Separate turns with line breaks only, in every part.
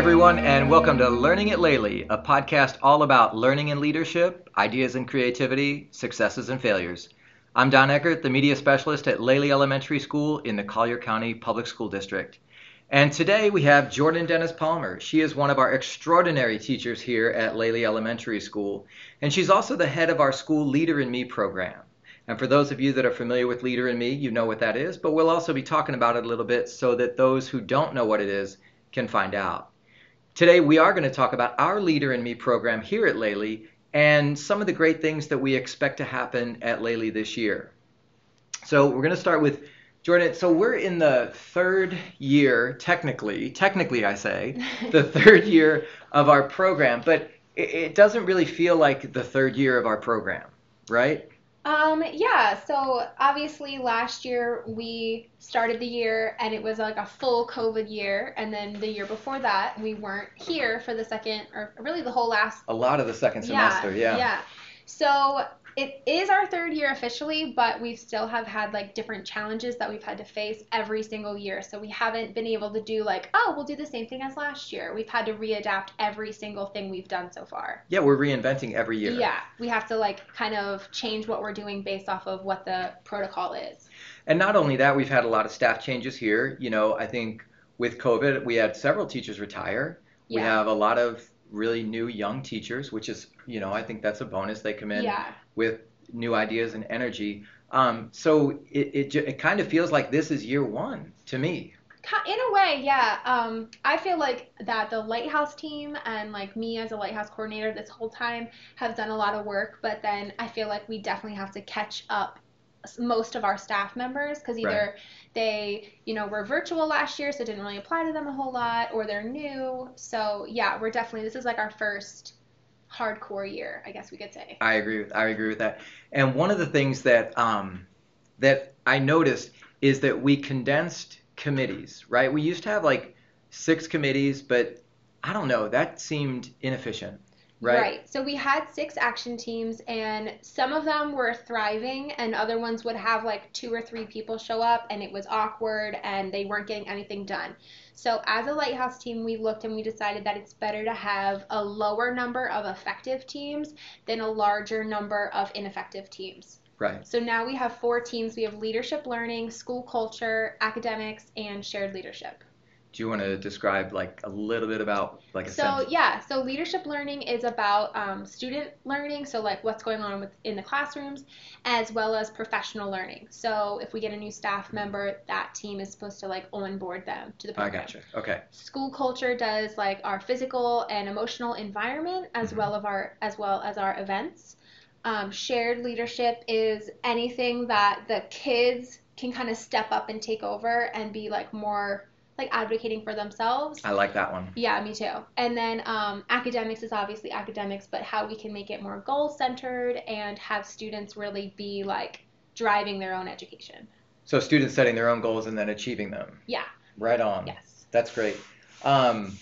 everyone, and welcome to Learning It Lately, a podcast all about learning and leadership, ideas and creativity, successes and failures. I'm Don Eckert, the media specialist at Laley Elementary School in the Collier County Public School District. And today we have Jordan Dennis Palmer. She is one of our extraordinary teachers here at Laley Elementary School, and she's also the head of our school Leader in Me program. And for those of you that are familiar with Leader in Me, you know what that is, but we'll also be talking about it a little bit so that those who don't know what it is can find out. Today, we are going to talk about our Leader in Me program here at Laley and some of the great things that we expect to happen at Laley this year. So, we're going to start with Jordan. So, we're in the third year, technically, technically, I say, the third year of our program, but it, it doesn't really feel like the third year of our program, right?
Um, yeah, so obviously last year we started the year and it was like a full COVID year. And then the year before that, we weren't here for the second, or really the whole last.
A lot of the second semester, yeah.
Yeah. So it is our third year officially, but we still have had like different challenges that we've had to face every single year. So we haven't been able to do like, oh, we'll do the same thing as last year. We've had to readapt every single thing we've done so far.
Yeah, we're reinventing every year.
Yeah, we have to like kind of change what we're doing based off of what the protocol is.
And not only that, we've had a lot of staff changes here. You know, I think with COVID, we had several teachers retire. We
Yeah.
have a lot of really new young teachers, which is, you know, I think that's a bonus. They come in
Yeah.
with new ideas and energy. Um, so it, it, ju- it kind of feels like this is year one to me.
Ki- In a way, yeah. Um, I feel like that the Lighthouse team and like me as a Lighthouse coordinator this whole time have done a lot of work, but then I feel like we definitely have to catch up s- most of our staff members because either they, you know, were virtual last year, so it didn't really apply to them a whole lot, or they're new. So yeah, we're definitely this is like our first hardcore year, I guess we could say.
I agree with I agree with that. And one of the things that um, that I noticed is that we condensed committees, right? We used to have like six committees, but I don't know, that seemed inefficient, right?
So we had six action teams, and some of them were thriving, and other ones would have like two or three people show up, and it was awkward, and they weren't getting anything done. So, as a lighthouse team, we looked and we decided that it's better to have a lower number of effective teams than a larger number of ineffective teams.
Right.
So now we have four teams we have leadership learning, school culture, academics, and shared leadership.
Do you want to describe like a little bit about like a
So
sentence?
yeah, so leadership learning is about um, student learning, so like what's going on with in the classrooms, as well as professional learning. So if we get a new staff member, that team is supposed to like onboard them to the
I
program.
gotcha. Okay.
School culture does like our physical and emotional environment, as
Mhm.
well of our as well as our events. Um, shared leadership is anything that the kids can kind of step up and take over and be like more like advocating for themselves.
I like that one.
Yeah, me too. And then um, academics is obviously academics, but how we can make it more goal centered and have students really be like driving their own education.
So students setting their own goals and then achieving them.
Yeah.
Right on.
Yes.
That's great. Um,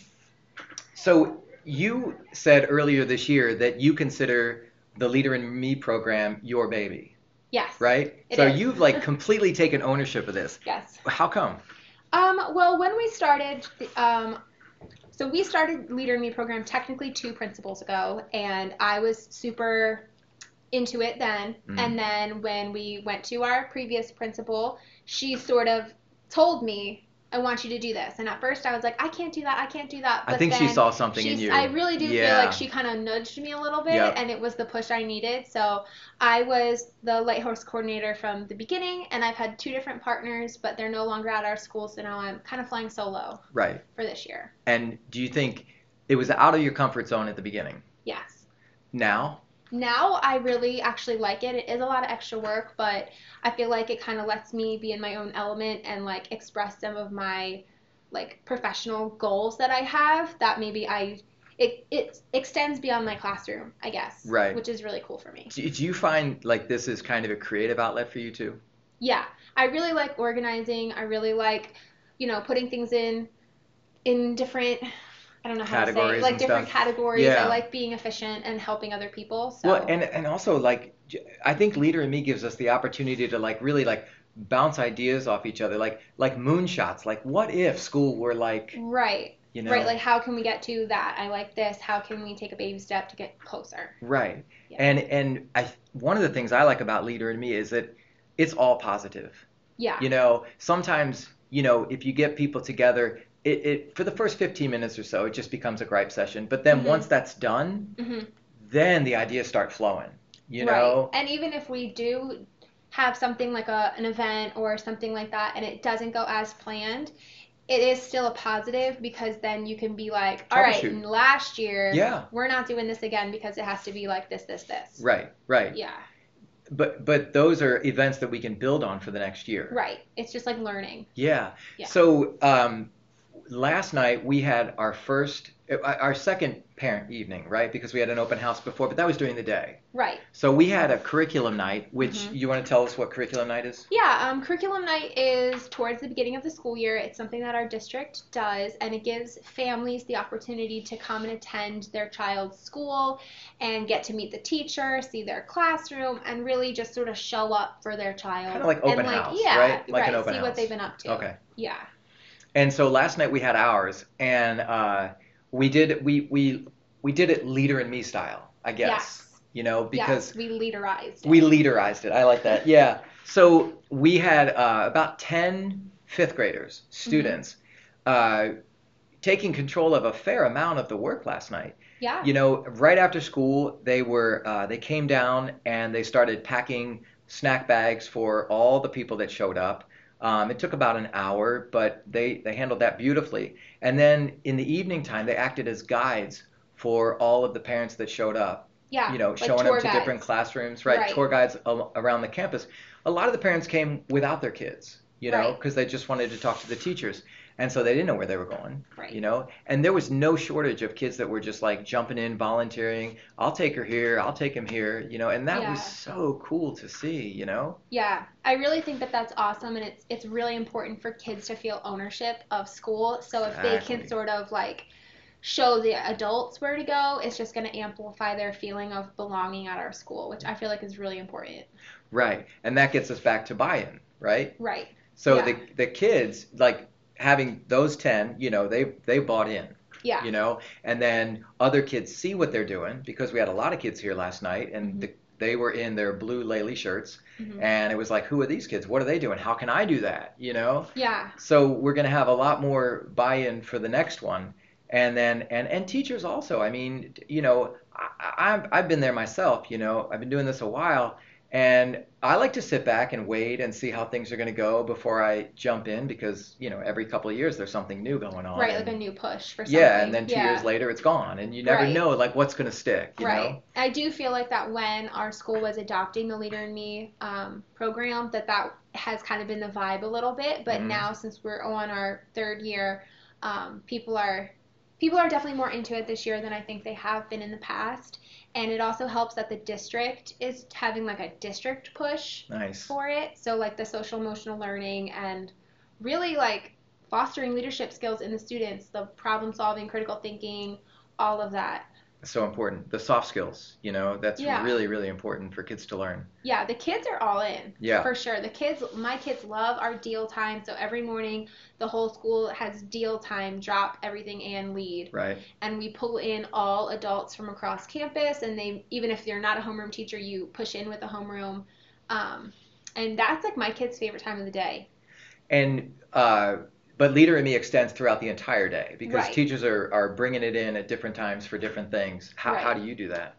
so you said earlier this year that you consider the Leader in Me program your baby,
Yes.
right?
It
so
is.
you've like completely taken ownership of this.
Yes.
How come?
Um, well, when we started, the- um, so we started Leader in Me program technically two principals ago, and I was super into it then.
Mhm.
And then when we went to our previous principal, she sort of told me, "I want you to do this." And at first, I was like, "I can't do that. I can't do that." But
I think
then
she saw something in
she's-
you.
I really do
yeah.
feel like she kind of nudged me a little bit,
Yeah.
and it was the push I needed. So I was the Lighthorse coordinator from the beginning, and I've had two different partners, but they're no longer at our school, so now I'm kind of flying solo
Right.
for this year.
And do you think it was out of your comfort zone at the beginning?
Yes.
Now?
Now I really actually like it. It is a lot of extra work, but I feel like it kind of lets me be in my own element and like express some of my like professional goals that I have that maybe I it it extends beyond my classroom, I guess.
Right.
Which is really cool for me.
Do, do you find like this is kind of a creative outlet for you too?
yeah i really like organizing i really like you know putting things in in different i don't know how to say
Categories
it, like
and
different
stuff.
categories
Yeah.
i like being efficient and helping other people so
Well, and and also like j- I think Leader in Me gives us the opportunity to like really like bounce ideas off each other, like like moonshots, like what if school were like
right
You know,
Right, like how can we get to that? I like this. How can we take a baby step to get closer?
Right.
Yeah.
And and I one of the things I like about leader in me is that it's all positive.
Yeah.
You know, sometimes, you know, if you get people together, it, it for the first 15 minutes or so, it just becomes a gripe session. But then
Mhm.
once that's done,
hmm
then the ideas start flowing, you know?
Right. And even if we do have something like a an event or something like that, and it doesn't go as planned, it is still a positive because then you can be like, all right,
Troubleshoot.
and last year
Yeah.
we're not doing this again because it has to be like this, this, this.
Right, right.
Yeah.
But but those are events that we can build on for the next year.
Right. It's just like learning.
Yeah.
Yeah.
So um, last night we had our first, uh, our second parent evening, right? Because we had an open house before, but that was during the day.
Right.
So we had a curriculum night, which
Mhm.
you want to tell us what curriculum night is?
Yeah, um, curriculum night is towards the beginning of the school year. It's something that our district does, and it gives families the opportunity to come and attend their child's school and get to meet the teacher, see their classroom, and really just sort of show up for their child.
Kinda like open
and like,
house,
yeah,
right? Like an open
see
house.
what they've been up to.
Okay.
Yeah.
And so last night we had ours, and uh, we did we we we did it leader and me style, I guess. You know, because
yes, we leaderized. it.
we leaderized it. I like that. Yeah. So we had uh, about 10 fifth graders, students, uh, taking control of a fair amount of the work last night.
yeah.
You know, right after school, they were uh, they came down and they started packing snack bags for all the people that showed up. Um, it took about an hour, but they they handled that beautifully. And then in the evening time, they acted as guides for all of the parents that showed up
yeah.
you know,
like
showing
tour
them to different
guides.
classrooms, right?
Right.
Tour guides al- around the campus. A lot of the parents came without their kids, you know,
Right.
because they just wanted to talk to the teachers. And so they didn't know where they were going,
Right.
you know. And there was no shortage of kids that were just like jumping in, volunteering. I'll take her here, I'll take him here, you know. And that
Yeah.
was so cool to see, you know.
Yeah, I really think that that's awesome, and it's it's really important for kids to feel ownership of school. So if they
Exactly.
can sort of like show the adults where to go, it's just going to amplify their feeling of belonging at our school, which I feel like is really important.
Right. And that gets us back to buy-in, right?
Right.
So
Yeah.
the the kids like having those 10, you know, they they bought in.
Yeah.
you know and then other kids see what they're doing because we had a lot of kids here last night and
Mhm.
the, they were in their blue Laley shirts
Mhm.
and it was like who are these kids what are they doing how can i do that you know
Yeah.
so we're going to have a lot more buy-in for the next one and then and and teachers also i mean you know I, I, I've- i've been there myself you know i've been doing this a while and i like to sit back and wait and see how things are going to go before i jump in because you know every couple of years there's something new going on
Right,
and-
like a new push for something.
yeah, and then two
Yeah.
years later, it's gone, and you never
Right.
know like what's gonna stick. You
Right.
Know?
I do feel like that when our school was adopting the Leader in Me um, program, that that has kind of been the vibe a little bit. But
Mhm.
now, since we're on our third year, um, people are people are definitely more into it this year than I think they have been in the past. And it also helps that the district is having like a district push
Nice.
for it. So like the social emotional learning and really like fostering leadership skills in the students, the problem solving, critical thinking, all of that.
So important. The soft skills. You know, that's
Yeah.
really really important for kids to learn.
Yeah, the kids are all in.
Yeah.
For sure. The kids, my kids love our deal time. So every morning, the whole school has deal time, drop everything and lead.
Right.
And we pull in all adults from across campus. And they, even if you're not a homeroom teacher, you push in with a homeroom. Um, and that's like my kids' favorite time of the day.
And uh, but leader in me extends throughout the entire day because
Right.
teachers are are bringing it in at different times for different things. How
Right.
how do you do that?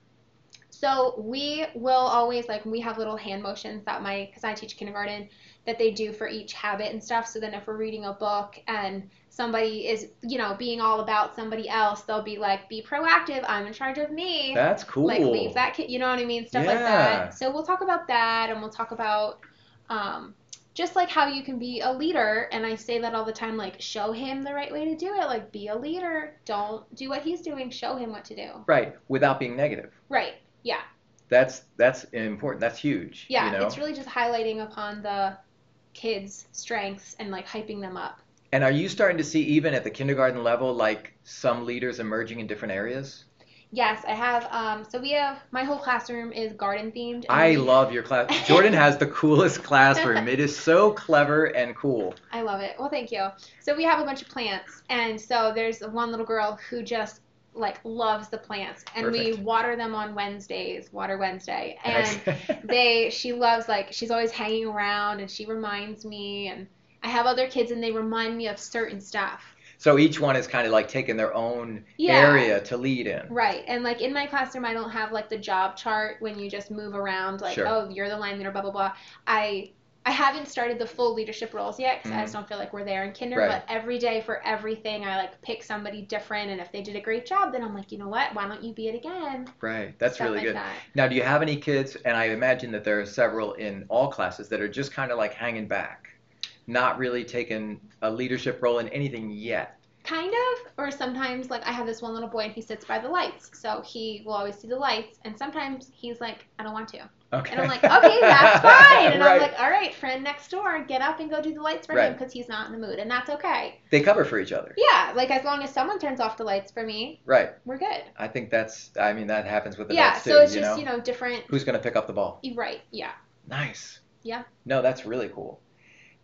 So we will always like we have little hand motions that my because I teach kindergarten that they do for each habit and stuff. So then if we're reading a book and somebody is you know being all about somebody else, they'll be like, "Be proactive. I'm in charge of me."
That's cool.
Like leave that kid. You know what I mean? Stuff like
Yeah.
that. So we'll talk about that and we'll talk about um, just like how you can be a leader. And I say that all the time. Like show him the right way to do it. Like be a leader. Don't do what he's doing. Show him what to do.
Right. Without being negative.
Right. Yeah.
That's that's important. That's huge.
Yeah,
You know?
it's really just highlighting upon the kids' strengths and like hyping them up.
and are you starting to see even at the kindergarten level like some leaders emerging in different areas?
Yes, I have. Um, so we have my whole classroom is garden themed. and
I
we-
love your class. Jordan has the coolest classroom. It is so clever and cool.
I love it. Well, thank you. So we have a bunch of plants, and so there's one little girl who just like loves the plants, and
Perfect.
we water them on Wednesdays, Water Wednesday, and they she loves like she's always hanging around, and she reminds me, and I have other kids, and they remind me of certain stuff.
so each one is kind of like taking their own
Yeah.
area to lead in.
Right, and like in my classroom, I don't have like the job chart when you just move around, like
Sure.
oh you're the line leader, blah blah blah. I I haven't started the full leadership roles yet because
Mhm.
I just don't feel like we're there in kinder.
Right.
But every day for everything, I like pick somebody different, and if they did a great job, then I'm like, you know what, why don't you be it again?
Right. That's
Stuff
really
like
good.
That.
Now, do you have any kids? And I imagine that there are several in all classes that are just kind of like hanging back, not really taking a leadership role in anything yet.
Kind of, or sometimes like I have this one little boy and he sits by the lights, so he will always see the lights, and sometimes he's like, I don't want to.
Okay.
And I'm like, okay, that's fine. And I'm
Right.
like, all right, friend next door, get up and go do the lights for him
Right.
because he's not in the mood. And that's okay.
they cover for each other.
Yeah, like as long as someone turns off the lights for me,
Right.
we're good.
I think that's. I mean, that happens with
yeah,
adults
so
too.
it's
you
just,
know,
you know, different.
who's going to pick up the ball?
you're Right, yeah.
Nice.
Yeah.
No, that's really cool.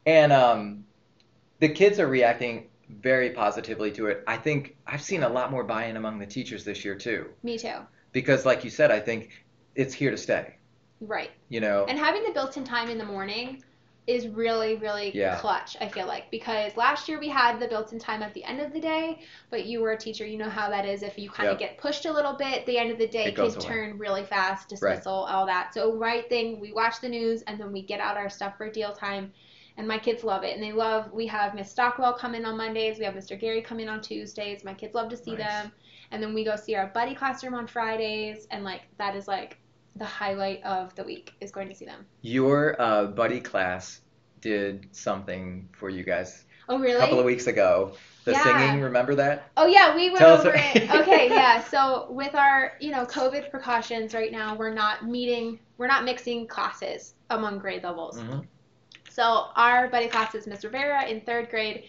And um, the kids are reacting very positively to it. I think I've seen a lot more buy-in among the teachers this year too,
Me too.
because like you said, I think it's here to stay.
Right.
You know,
And having the built in time in the morning is really, really
Yeah.
clutch, I feel like. Because last year we had the built in time at the end of the day, but you were a teacher, you know how that is. If you kind
Yep.
of get pushed a little bit, the end of the day
It goes
can
away.
turn really fast, dismissal, all that. So, right thing, we watch the news and then we get out our stuff for deal time. And my kids love it. And they love, we have Miss Stockwell come in on Mondays, we have Mr. Gary come in on Tuesdays. My kids love to see
Nice.
them. And then we go see our buddy classroom on Fridays. And like, that is like, the highlight of the week is going to see them.
your uh, buddy class did something for you guys
Oh,
a couple of
really?
weeks ago. The
Yeah.
singing, remember that?
Oh, yeah, we went
Tell us-
over it. Okay, yeah. So with our, you know, COVID precautions right now, we're not meeting, we're not mixing classes among grade levels.
Mhm.
So our buddy class is Miss Rivera in third grade.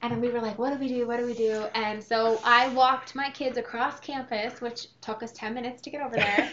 And we were like, what do we do? What do we do? And so I walked my kids across campus, which took us 10 minutes to get over there.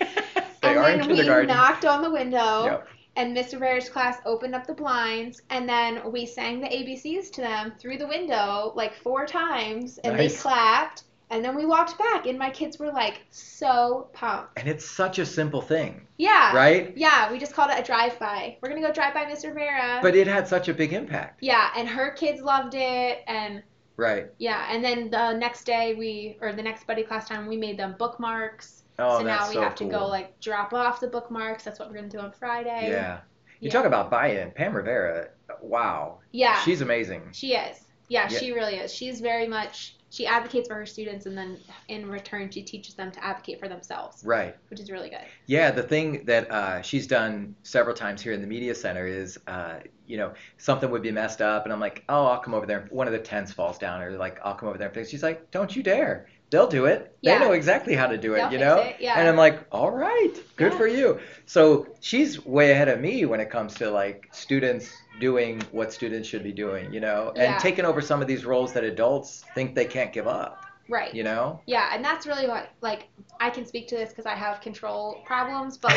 They
and
are in
then we
kindergarten.
knocked on the window.
Yep.
And Miss Rivera's class opened up the blinds, and then we sang the ABCs to them through the window like four times, and
Nice.
they clapped. And then we walked back, and my kids were like so pumped.
And it's such a simple thing,
Yeah.
right?
Yeah, we just called it a drive by. We're gonna go drive by Miss Rivera.
But it had such a big impact,
yeah, and her kids loved it, and
right?
yeah, and then the next day we, or the next buddy class time, we made them bookmarks.
Oh,
so
that's
now we
so
have to go
cool.
like drop off the bookmarks. That's what we're gonna do on Friday.
Yeah. You
Yeah.
talk about buy-in, Pam Rivera. Wow,
Yeah.
she's amazing.
She is. Yeah,
Yeah.
she really is. She's very much she advocates for her students and then in return she teaches them to advocate for themselves,
Right.
which is really good.
Yeah, the thing that uh, she's done several times here in the media center is, uh, you know, something would be messed up, and I'm like, oh, I'll come over there. One of the tents falls down, or like, I'll come over there and fix. She's like, don't you dare. They'll do it. They
Yeah.
know exactly how to do it,
They'll
you
fix
know?
it, yeah.
And I'm like, all right, good
Yeah.
for you. So she's way ahead of me when it comes to like students doing what students should be doing, you know, and
Yeah.
taking over some of these roles that adults think they can't give up,
Right. Yeah.
you know?
and that's really what like I can speak to this because I have control problems, but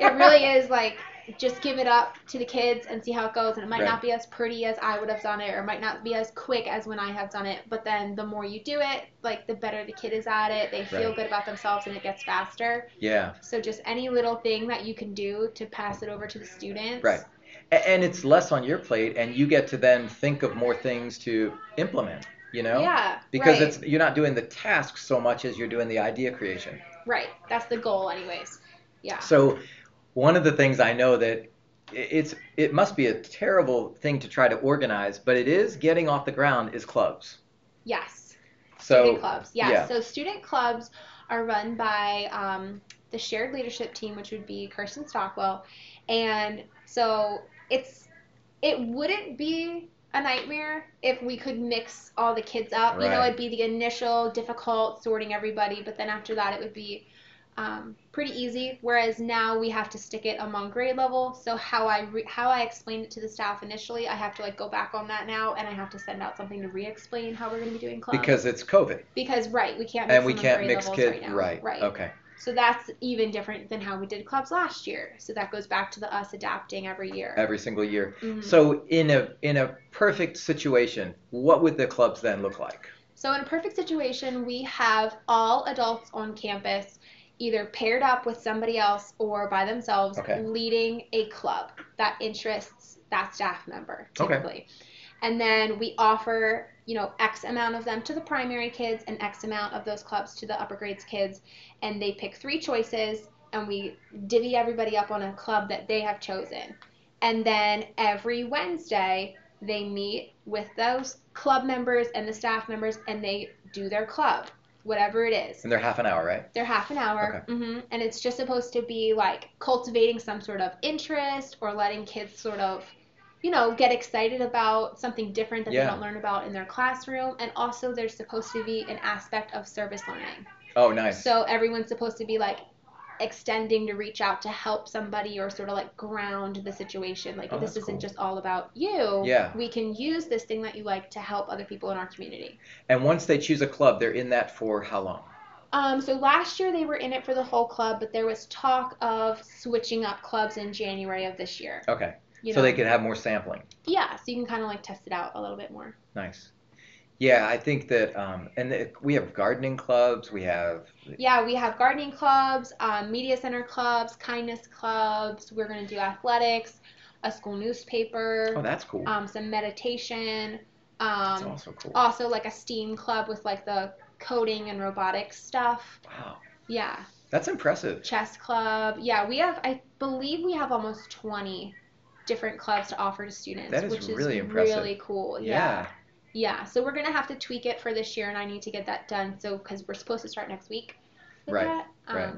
it really is like just give it up to the kids and see how it goes and it might
Right.
not be as pretty as I would have done it or it might not be as quick as when I have done it, but then the more you do it, like the better the kid is at it. They feel
Right.
good about themselves and it gets faster.
Yeah.
So just any little thing that you can do to pass it over to the students.
Right. A- And it's less on your plate, and you get to then think of more things to implement, you know?
Yeah.
Because
right,
it's you're not doing the task so much as you're doing the idea creation.
right. That's the goal, anyways. Yeah.
So one of the things I know that i- it's it must be a terrible thing to try to organize, but it is getting off the ground is clubs.
Yes.
So
student clubs. Yes.
yeah.
So student clubs are run by um, the shared leadership team, which would be Kirsten Stockwell, and so it's it wouldn't be a nightmare if we could mix all the kids up. You know,
Right.
it'd be the initial difficult sorting everybody, but then after that, it would be um, pretty easy. Whereas now we have to stick it among grade level. So how I re- how I explained it to the staff initially, I have to like go back on that now, and I have to send out something to re-explain how we're going to be doing clubs.
because it's COVID
Because, right, we can't mix
and we
them in
can't
grade
mix
levels
kids.
right now.
right.
Right.
Okay.
So that's even different than how we did clubs last year. So that goes back to the us adapting every year.
Every single year.
Mhm.
So in a in a perfect situation, what would the clubs then look like?
So, in a perfect situation, we have all adults on campus either paired up with somebody else or by themselves
Okay.
leading a club that interests that staff member
Okay.
typically. And then we offer, you know, X amount of them to the primary kids and X amount of those clubs to the upper grades kids. And they pick three choices and we divvy everybody up on a club that they have chosen. And then every Wednesday, they meet with those club members and the staff members and they do their club, whatever it is.
And they're half an hour, right?
They're half an hour. hmm And it's just supposed to be like cultivating some sort of interest or letting kids sort of, you know, get excited about something different that
Yeah.
they don't learn about in their classroom. And also, there's supposed to be an aspect of service learning.
Oh, nice.
So everyone's supposed to be like, extending to reach out to help somebody or sort of like ground the situation like
Oh,
this
that's
isn't
cool.
just all about you
Yeah.
we can use this thing that you like to help other people in our community
And once they choose a club, they're in that for how long?
Um, so last year they were in it for the whole club, but there was talk of switching up clubs in January of this year.
Okay.
You
so
know?
they could have more sampling.
yeah, so you can kind of like test it out a little bit more.
Nice. Yeah, I think that, um, and the, we have gardening clubs. We have
Yeah, we have gardening clubs, um, media center clubs, kindness clubs. We're gonna do athletics, a school newspaper,
oh, that's cool.
um, some meditation.
that's
Um,
also cool.
also like a STEAM club with like the coding and robotics stuff.
wow,
Yeah.
that's impressive.
chess club. Yeah, we have. I believe we have almost twenty different clubs to offer to students,
That is
which
really
is
impressive.
really cool. Yeah. yeah, So we're gonna have to tweak it for this year, and I need to get that done. So because we're supposed to start next week. with
Right,
that. Um,
right.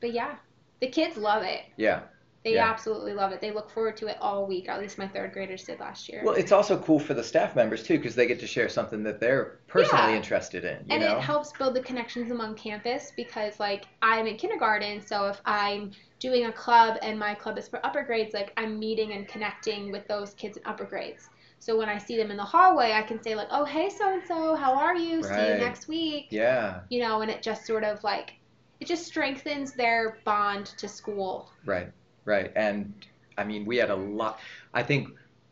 But yeah, the kids love it.
yeah, yeah.
They
Yeah.
absolutely love it. They look forward to it all week. or At least my third graders did last year.
Well, it's also cool for the staff members too, because they get to share something that they're personally
Yeah.
interested in. You
and
know,
it helps build the connections among campus because like i'm in kindergarten so if i'm doing a club and my club is for upper grades like i'm meeting and connecting with those kids in upper grades so when i see them in the hallway i can say like oh hey so and so how are you see you
Right.
next week
yeah,
you know and it just sort of like it just strengthens their bond to school
right, right. And I mean, we had a lot. I think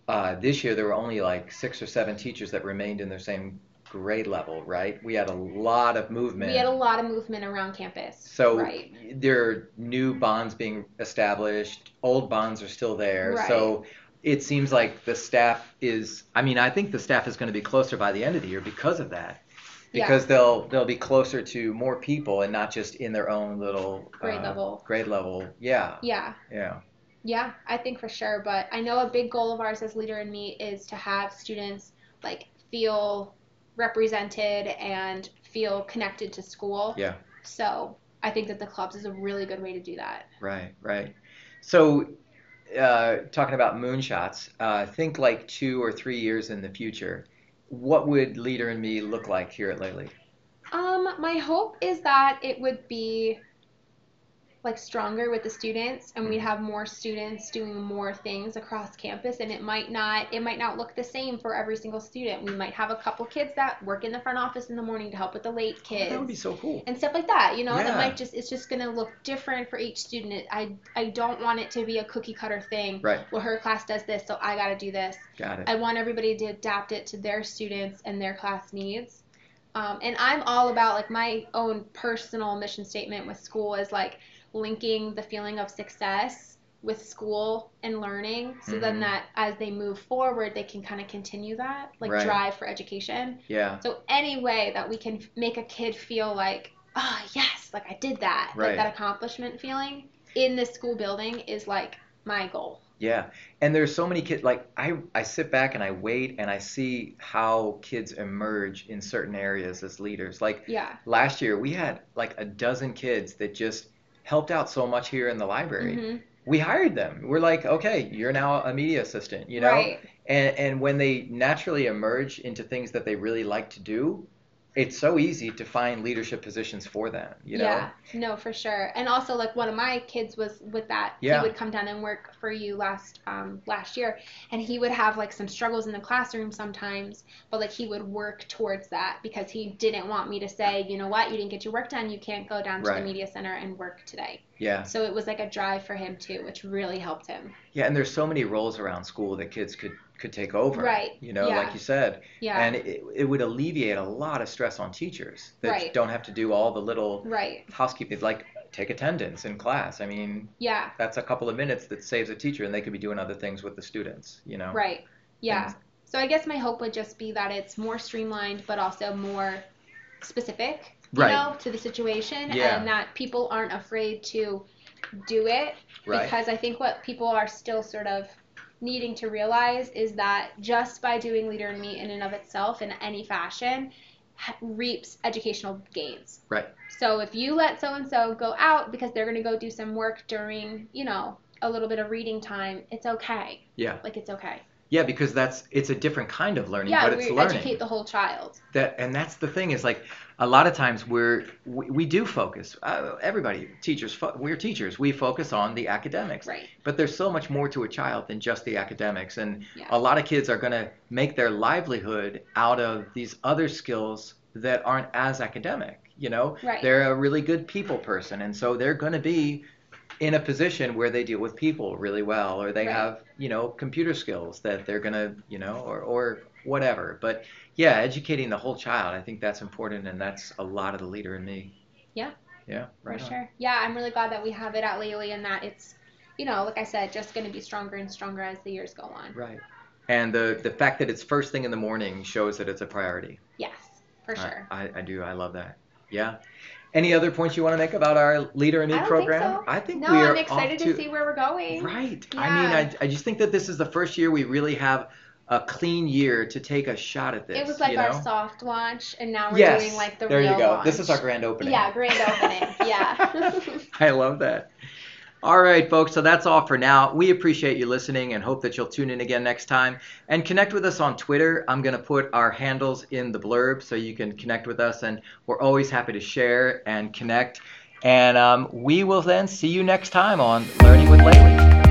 uh, this year there were only like six or seven teachers that remained in their same grade level. Right? We had a lot of movement.
we had a lot of movement around campus
So
right
there are new bonds being established. Old bonds are still there.
Right.
So it seems like the staff is. I mean, I think the staff is going to be closer by the end of the year because of that.
Yeah.
Because they'll they'll be closer to more people and not just in their own little
grade
uh,
level
Grade level. Yeah.
yeah
Yeah.
Yeah, I think for sure. But I know a big goal of ours as Leader in Me is to have students like feel represented and feel connected to school.
Yeah.
So I think that the clubs is a really good way to do that.
Right. Right. So. Uh, talking about moonshots, uh, think like two or three years in the future. What would Leader and Me look like here at Lely?
Um, my hope is that it would be like stronger with the students and we'd have more students doing more things across campus and it might not it might not look the same for every single student. We might have a couple kids that work in the front office in the morning to help with the late kids.
That would be so cool.
and stuff like that you know and it
Yeah.
might just it's just gonna look different for each student It- i i don't want it to be a cookie cutter thing
Right.
well her class does this so i gotta do this
Got it.
i want everybody to adapt it to their students and their class needs um, and i'm all about like my own personal mission statement with school is like linking the feeling of success with school and learning so
Mhm.
then that as they move forward they can kind of continue that like
Right.
drive for education
Yeah.
so any way that we can f- make a kid feel like, oh yes, like I did that,
Right.
like that accomplishment feeling in the school building is like my goal.
Yeah. And there's so many kids like I I sit back and I wait and I see how kids emerge in certain areas as leaders. Like
Yeah.
last year we had like a dozen kids that just helped out so much here in the library.
hmm
We hired them. We're like, "Okay, you're now a media assistant," you know?
Right.
And and when they naturally emerge into things that they really like to do, it's so easy to find leadership positions for them, you know?
Yeah, no, for sure. And also, like one of my kids was with that.
Yeah.
He would come down and work for you last um, last year, and he would have like some struggles in the classroom sometimes, but like he would work towards that because he didn't want me to say, you know what, you didn't get your work done, you can't go down to
Right.
the media center and work today.
Yeah.
So it was like a drive for him too, which really helped him.
Yeah, and there's so many roles around school that kids could could take over.
Right,
You know,
yeah.
like you said.
Yeah.
And it, it would alleviate a lot of stress on teachers that
Right.
don't have to do all the little
right.
housekeeping like take attendance in class. I mean,
Yeah.
that's a couple of minutes that saves a teacher and they could be doing other things with the students, you know.
Right. Yeah.
Things.
So I guess my hope would just be that it's more streamlined, but also more specific, you
Right.
know, to the situation,
Yeah.
and that people aren't afraid to do it.
Right.
Because I think what people are still sort of needing to realize is that just by doing leader in me in and of itself in any fashion ha- reaps educational gains.
Right.
So if you let so and so go out because they're going to go do some work during, you know, a little bit of reading time, it's okay.
Yeah.
Like it's okay.
Yeah, because that's it's a different kind of learning,
Yeah,
but it's
we
learning.
educate the whole child.
that and that's the thing is like a lot of times we're we, we do focus uh, everybody teachers fo- we're teachers we focus on the academics
Right.
but there's so much more to a child than just the academics and
Yeah.
a lot of kids are going to make their livelihood out of these other skills that aren't as academic you know
Right.
they're a really good people person and so they're going to be in a position where they deal with people really well or they
Right.
have you know computer skills that they're going to you know or, or whatever but yeah educating the whole child i think that's important and that's a lot of the leader in me
Yeah.
yeah right
for
on.
sure. Yeah, I'm really glad that we have it at Lately and that it's, you know, like I said, just going to be stronger and stronger as the years go on.
right and the the fact that it's first thing in the morning shows that it's a priority
Yes, for
I-
sure.
I, I do. I love that. Yeah. Any other points you want to make about our Leader in Me
I don't
program?
think so.
I think
no,
we are
I'm excited
off
to,
to,
see where we're going.
Right. I mean,
Yeah.
I, I just think that this is the first year we really have a clean year to take a shot at this.
It was like
you know?
our soft launch, and now we're
yes.
doing like the
there
real
you go.
launch.
This is our grand opening.
Yeah, grand opening. yeah.
I love that. All right, folks, so that's all for now. We appreciate you listening and hope that you'll tune in again next time. And connect with us on Twitter. I'm going to put our handles in the blurb so you can connect with us. And we're always happy to share and connect. And um, we will then see you next time on Learning with Lately.